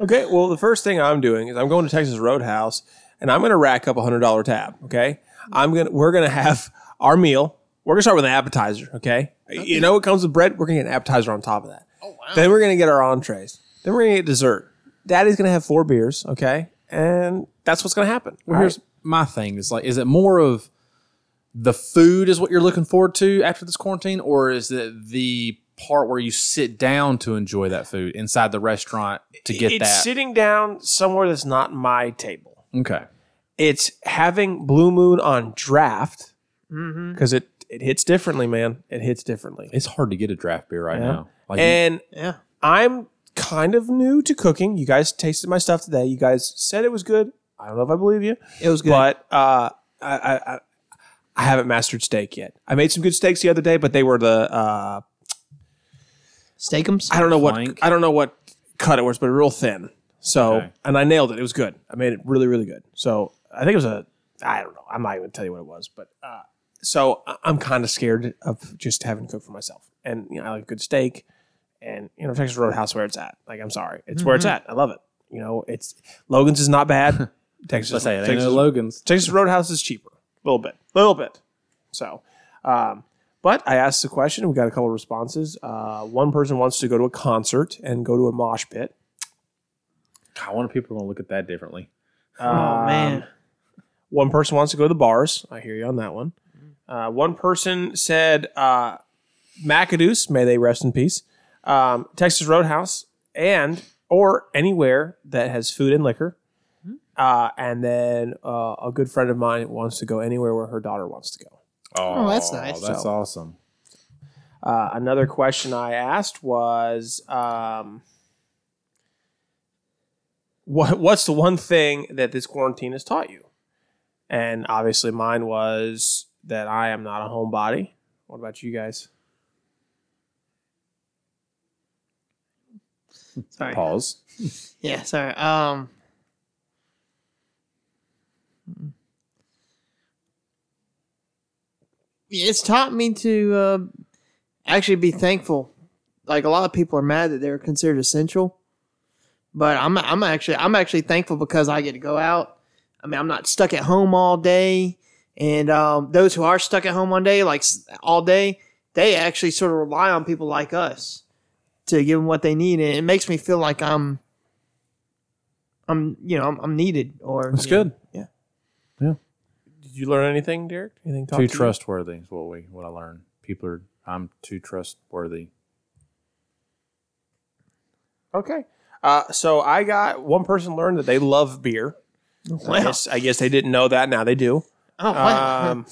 Speaker 2: Okay, well, the first thing I'm doing is I'm going to Texas Roadhouse and I'm going to rack up a hundred dollar tab. Okay, I'm gonna we're gonna have our meal. We're gonna start with an appetizer. Okay, you know it comes with bread. We're gonna get an appetizer on top of that. Oh wow! Then we're gonna get our entrees. Then we're gonna get dessert. Daddy's gonna have four beers. Okay, and that's what's gonna happen.
Speaker 3: Well, here's my thing. It's like, is it more of the food is what you're looking forward to after this quarantine, or is it the part where you sit down to enjoy that food inside the restaurant to get
Speaker 2: it's
Speaker 3: that?
Speaker 2: sitting down somewhere that's not my table.
Speaker 3: okay.
Speaker 2: It's having Blue Moon on draft because it it hits differently, man. It hits differently.
Speaker 3: It's hard to get a draft beer right now. Like,
Speaker 2: And
Speaker 1: Mm-hmm. yeah.
Speaker 2: I'm kind of new to cooking. You guys tasted my stuff today. You guys said it was good. I don't know if I believe you,
Speaker 1: It was good.
Speaker 2: but uh, I, I, I I haven't mastered steak yet. I made some good steaks the other day, but they were the uh,
Speaker 1: Steakums.
Speaker 2: I don't know what
Speaker 3: Flank?
Speaker 2: I don't know what cut it was, but real thin. So
Speaker 3: Okay.
Speaker 2: and I nailed it. It was good. I made it really really good. So I think it was a I don't know. I'm not even gonna tell you what it was, but uh, so I- I'm kind of scared of just having to cook for myself. And you know, I like good steak, and you know Texas Roadhouse where it's at. Like I'm sorry, it's where it's at.
Speaker 3: Mm-hmm.
Speaker 2: I love it. You know, it's Logan's is not bad. Texas,
Speaker 3: let's say it ain't
Speaker 2: Texas
Speaker 3: no Logan's.
Speaker 2: Texas Roadhouse is cheaper, a little bit, a little bit. So, um, but I asked the question. We got a couple of responses. Uh, one person wants to go to a concert and go to a mosh pit.
Speaker 3: I wonder if people are going to look at that differently.
Speaker 1: oh
Speaker 3: um,
Speaker 1: man.
Speaker 2: One person wants to go to the bars. I hear you on that one. Uh, one person said uh, McAdoo's, may they rest in peace. Um, Texas Roadhouse, and or anywhere that has food and liquor. Uh, and then uh, a good friend of mine wants to go anywhere where her daughter wants to go.
Speaker 1: Oh, that's nice.
Speaker 3: That's awesome.
Speaker 2: Uh, another question I asked was, um, what what's the one thing that this quarantine has taught you? And obviously, mine was that I am not a homebody. What about you guys?
Speaker 1: Sorry.
Speaker 3: Pause.
Speaker 1: Yeah. Sorry. Um. Yeah, It's taught me to uh, actually be thankful. Like a lot of people are mad that they're considered essential, but I'm I'm actually I'm actually thankful because I get to go out. I mean, I'm not stuck at home all day. And um, those who are stuck at home one day, like s- all day, they actually sort of rely on people like us to give them what they need, and it makes me feel like I'm, I'm, you know, I'm, I'm needed. Or
Speaker 3: That's good.
Speaker 2: Did you learn anything, Derek? Anything? taught
Speaker 3: Too
Speaker 2: to you?
Speaker 3: trustworthy is what we what I learned. People are I'm too trustworthy.
Speaker 2: Okay. Uh, so I got one person learned that they love beer. I,
Speaker 1: Wow.
Speaker 2: guess, I guess they didn't know that. Now they do.
Speaker 1: Oh, wow.
Speaker 2: Um,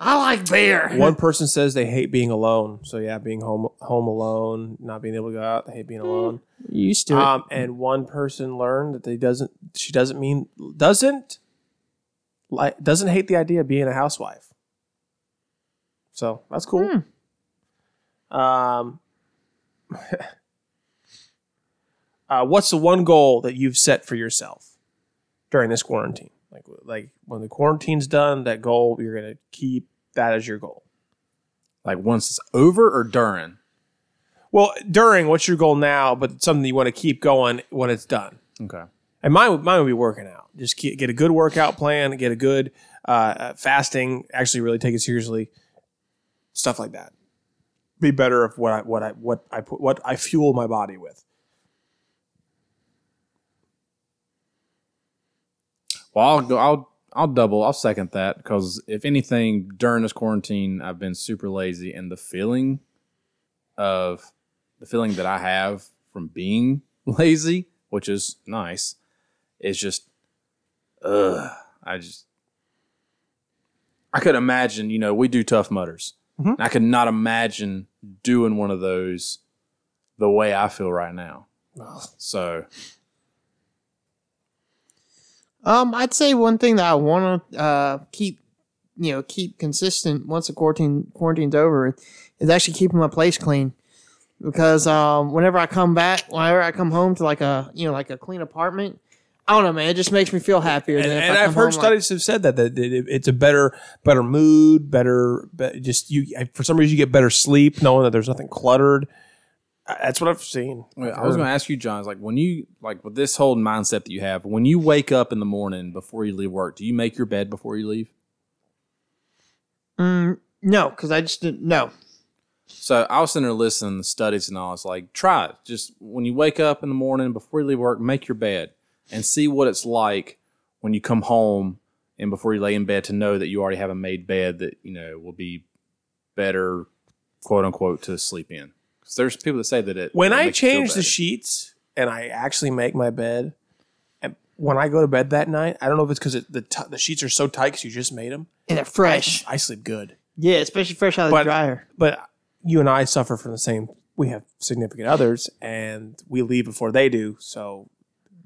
Speaker 1: I like beer.
Speaker 2: One person says they hate being alone. So yeah, being home home alone, not being able to go out, they hate being alone.
Speaker 1: You used to
Speaker 2: Um, and one person learned that they doesn't she doesn't mean doesn't like doesn't hate the idea of being a housewife. So that's cool. Um, uh, what's the one goal that you've set for yourself during this quarantine? Like, like when the quarantine's done, that goal you're gonna keep that as your goal.
Speaker 3: Like once it's over or during?
Speaker 2: Well, during what's your goal now, but something you want to keep going when it's done.
Speaker 3: Okay.
Speaker 2: And mine, would- mine would be working out. Just ke- get a good workout plan, get a good uh, uh, fasting. Actually, really take it seriously. Stuff like that. Be better of what I what I what I put what I fuel my body with.
Speaker 3: Well, I'll go. I'll I'll double. I'll second that because if anything, during this quarantine, I've been super lazy, and the feeling of the feeling that I have from being lazy, which is nice, is just ugh. I just I could imagine. You know, we do tough mutters.
Speaker 2: Mhm.
Speaker 3: I could not imagine doing one of those the way I feel right now. So
Speaker 1: Um, I'd say one thing that I want to uh, keep, you know, keep consistent once the quarantine quarantine's over is actually keeping my place clean, because um, whenever I come back, whenever I come home to like a you know like a clean apartment, I don't know, man, it just makes me feel happier.
Speaker 2: And,
Speaker 1: than if
Speaker 2: and
Speaker 1: I come
Speaker 2: I've heard
Speaker 1: home, like-
Speaker 2: studies have said that, that that it- it's a better better mood, better be, just you I- for some reason you get better sleep knowing that there's nothing cluttered. Uh, That's what I've seen.
Speaker 3: Wait, I was going to ask you, John. Is like when you like with this whole mindset that you have, when you wake up in the morning before you leave work, do you make your bed before you leave?
Speaker 1: Mm, no, because I just didn't. No,
Speaker 3: So I was sitting there listening to studies and all. It's like try it. Just when you wake up in the morning before you leave work, make your bed and see what it's like when you come home and before you lay in bed to know that you already have a made bed that you know will be better, quote unquote, to sleep in. Because there's people that say that it
Speaker 2: when
Speaker 3: it
Speaker 2: I
Speaker 3: makes you feel
Speaker 2: change the
Speaker 3: better.
Speaker 2: sheets and I actually make my bed, and when I go to bed that night, I don't know if it's because it, the t- the sheets are so tight because you just made them.
Speaker 1: and it fresh.
Speaker 2: I sleep good,
Speaker 1: Yeah, especially fresh out of
Speaker 2: But-
Speaker 1: the dryer.
Speaker 2: but you and I suffer from the same. We have significant others, and we leave before they do, so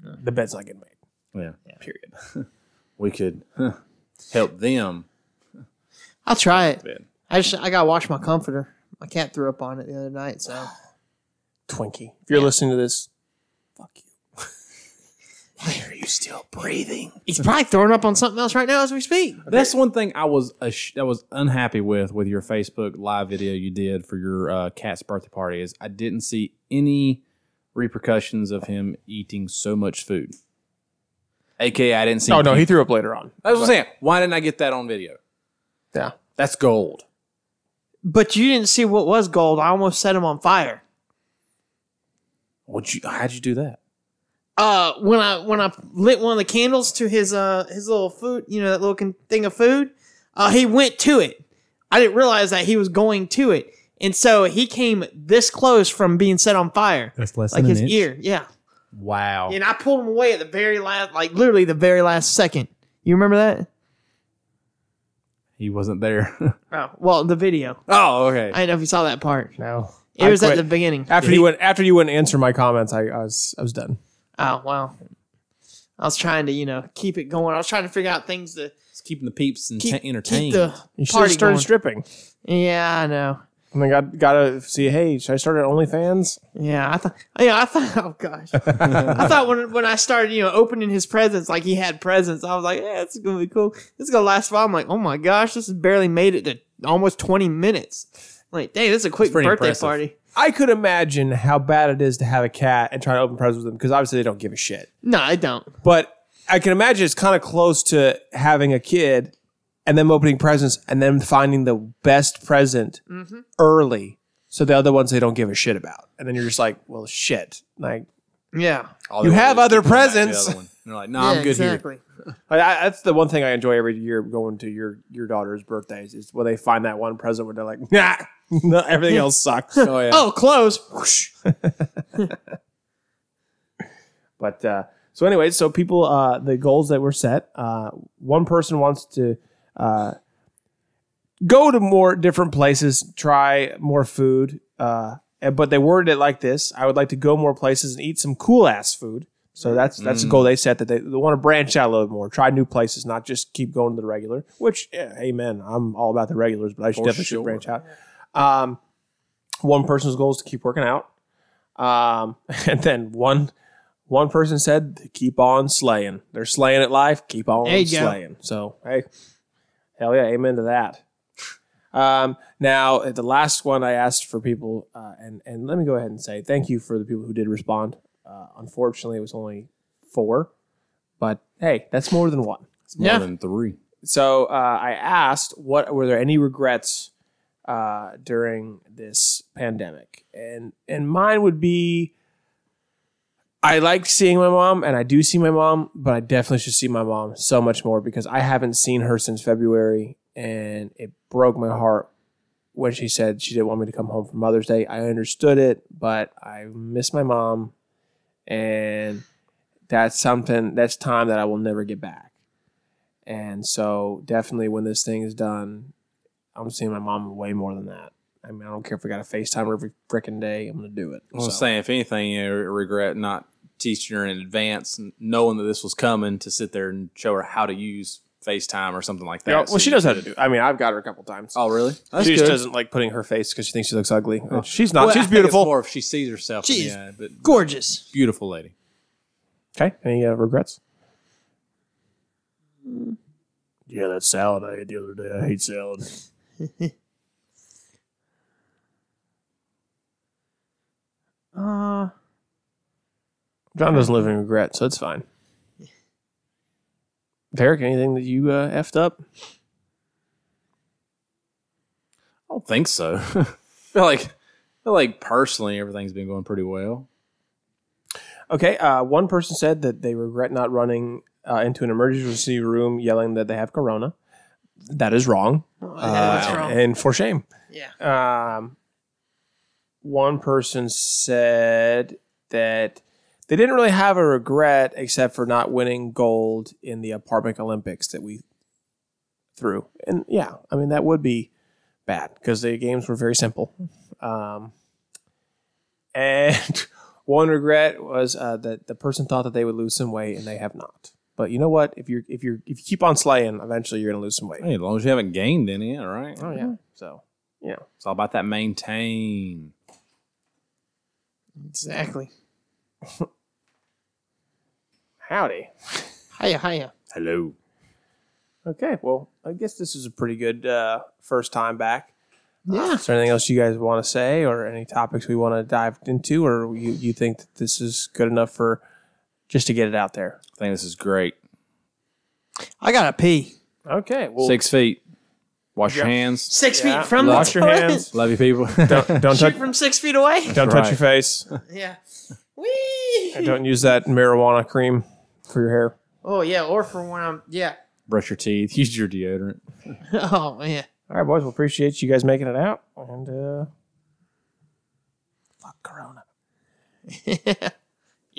Speaker 2: the bed's not getting made.
Speaker 3: we could huh, help them.
Speaker 1: I'll try it.
Speaker 3: Bed.
Speaker 1: I just I gotta wash my comforter. My cat threw up on it the other night, so
Speaker 2: Twinkie, if you're listening to this, fuck you. Why are you still breathing?
Speaker 1: he's probably throwing up on something else right now as we speak.
Speaker 3: That's one thing I was ash- I was unhappy with with your Facebook live video you did for your uh, cat's birthday party is I didn't see any repercussions of him eating so much food. AKA, I didn't see.
Speaker 2: Oh no, he threw up later on.
Speaker 3: That's what I'm saying. Why didn't I get that on video?
Speaker 2: Yeah.
Speaker 3: That's gold.
Speaker 1: But you didn't see what was gold. I almost set him on fire.
Speaker 3: Would you? How'd you do that?
Speaker 1: uh when I when I lit one of the candles to his uh his little food, you know that little con- thing of food, uh he went to it. I didn't realize that he was going to it. And so he came this close from being set on fire.
Speaker 6: That's less
Speaker 1: Like
Speaker 6: than
Speaker 1: his
Speaker 6: an inch.
Speaker 1: ear, yeah.
Speaker 3: Wow.
Speaker 1: And I pulled him away at the very last like literally the very last second. You remember that?
Speaker 3: He wasn't there.
Speaker 1: Oh, well, the video.
Speaker 3: oh, okay.
Speaker 1: I didn't know if you saw that part.
Speaker 2: No,
Speaker 1: It was at the beginning.
Speaker 2: after you went after you wouldn't answer my comments. I, I was I was done.
Speaker 1: Oh, wow. I was trying to, you know, keep it going. I was trying to figure out things to
Speaker 3: It's keeping the peeps and
Speaker 1: keep,
Speaker 3: ta- entertained.
Speaker 1: keep the
Speaker 2: You should have
Speaker 1: party
Speaker 2: started
Speaker 1: going.
Speaker 2: stripping.
Speaker 1: Yeah, I know.
Speaker 2: And then got gotta see, hey, should I start at OnlyFans?
Speaker 1: Yeah, I thought. Yeah, I thought. Oh gosh, I thought when when I started, you know, opening his presents, like he had presents, I was like, yeah, it's gonna be cool. This is gonna last a while. I'm like, oh my gosh, this has barely made it to almost 20 minutes. I'm like, dang, this is a quick
Speaker 3: pretty
Speaker 1: birthday
Speaker 3: impressive.
Speaker 1: party.
Speaker 2: I could imagine how bad it is to have a cat and try to open presents with them because obviously they don't give a shit.
Speaker 1: No, I don't.
Speaker 2: But I can imagine it's kind of close to having a kid and them opening presents and then finding the best present
Speaker 1: Mm-hmm.
Speaker 2: early. So the other ones they don't give a shit about. And then you're just like, well, shit. Like,
Speaker 1: Yeah,
Speaker 3: All
Speaker 2: you
Speaker 3: they
Speaker 2: have
Speaker 3: want is
Speaker 2: other
Speaker 3: to come back to the
Speaker 2: presents.
Speaker 3: other one. And They're like, nah,
Speaker 1: Yeah,
Speaker 3: I'm good here.
Speaker 1: exactly.
Speaker 2: I, I, that's the one thing I enjoy every year going to your your daughter's birthdays is when they find that one present where they're like, nah, everything else sucks.
Speaker 3: Oh yeah.
Speaker 1: Oh, close.
Speaker 2: But uh, so, anyway, so people, uh, the goals that were set. Uh, one person wants to uh, go to more different places, try more food, uh, and, but they worded it like this: I would like to go more places and eat some cool ass food So that's that's the goal they set that they, they want to branch out a little more, try new places, not just keep going to the regular. Which, yeah, amen, I'm all about the regulars, but I should definitely should
Speaker 3: sure.
Speaker 2: branch out. Um, one person's goal is to keep working out, um, and then one one person said to keep on slaying. They're slaying at life. Keep on
Speaker 1: There you go.
Speaker 2: slaying. So hey, hell yeah, amen to that. Um, now the last one I asked for people, uh, and and let me go ahead and say thank you for the people who did respond. Uh, unfortunately, it was only four, but hey, that's more than one.
Speaker 3: It's more
Speaker 1: Yeah.
Speaker 3: than three.
Speaker 2: So uh, I asked, what were there any regrets uh, during this pandemic? And and mine would be, I liked seeing my mom, and I do see my mom, but I definitely should see my mom so much more because I haven't seen her since February, and it broke my heart when she said she didn't want me to come home for Mother's Day. I understood it, but I miss my mom, and that's something that's time that I will never get back. And so definitely when this thing is done, I'm seeing my mom way more than that. I mean, I don't care if we got to FaceTime her every freaking day. I'm gonna do it.
Speaker 3: I was
Speaker 2: So,
Speaker 3: saying, if anything, you regret not teaching her in advance, and knowing that this was coming to sit there and show her how to use FaceTime or something like that.
Speaker 2: Yeah, well,
Speaker 3: So
Speaker 2: she
Speaker 3: you
Speaker 2: knows how to
Speaker 3: could-
Speaker 2: do. It. I mean, I've got her a couple times.
Speaker 3: Oh, really?
Speaker 2: she just doesn't like putting her face because she thinks she looks ugly.
Speaker 1: Oh.
Speaker 2: She's not.
Speaker 3: Well,
Speaker 2: she's
Speaker 3: I think It's
Speaker 2: beautiful.
Speaker 3: more if she sees herself. in the
Speaker 1: She's-
Speaker 3: eye, but
Speaker 1: Gorgeous.
Speaker 3: beautiful lady.
Speaker 2: Okay. Any uh, regrets? Yeah, that salad I ate the other day. I hate salad.
Speaker 1: Uh,
Speaker 2: John doesn't live in regret, so it's fine. Derek, anything that you uh, effed up?
Speaker 3: I don't think so. I feel like, I feel like personally, everything's been going pretty well.
Speaker 2: Okay. Uh, one person said that they regret not running uh, into an emergency room yelling that they have corona. That is wrong.
Speaker 1: well, yeah, that's
Speaker 2: Uh,
Speaker 1: wrong.
Speaker 2: And for shame.
Speaker 1: yeah.
Speaker 2: Um, one person said that they didn't really have a regret except for not winning gold in the apartment Olympics that we threw. And yeah, I mean, that would be bad because the games were very simple. Um, and one regret was uh, that the person thought that they would lose some weight and they have not. But you know what? If you're if you're if you keep on slaying, eventually you're gonna lose some weight.
Speaker 3: Hey, as long as you haven't gained any, all right.
Speaker 2: Oh yeah. So
Speaker 3: It's all about that maintain.
Speaker 1: Exactly.
Speaker 2: howdy.
Speaker 1: Hiya, hiya.
Speaker 3: Hello.
Speaker 2: Okay, well, I guess this is a pretty good uh, first time back.
Speaker 1: Yeah.
Speaker 2: Is there anything else you guys want to say, or any topics we want to dive into, or you, you think that this is good enough for just to get it out there?
Speaker 3: I think this is great.
Speaker 1: I gotta pee.
Speaker 2: Okay, well,
Speaker 3: Six feet. Wash your hands.
Speaker 1: Six
Speaker 2: Yeah.
Speaker 1: feet from
Speaker 2: Wash
Speaker 1: the
Speaker 2: your
Speaker 1: toilet.
Speaker 2: hands.
Speaker 3: Love you, people.
Speaker 2: don't don't
Speaker 1: Shoot
Speaker 2: touch
Speaker 1: from six feet away.
Speaker 2: don't touch
Speaker 3: Right.
Speaker 2: your face.
Speaker 1: Yeah. Whee!
Speaker 2: And don't use that marijuana cream for your hair.
Speaker 1: Oh yeah, or for when I'm yeah.
Speaker 3: Brush your teeth. Use your deodorant.
Speaker 1: Oh yeah.
Speaker 2: All right, boys, we appreciate you guys making it out, and uh, fuck Corona.
Speaker 1: yeah.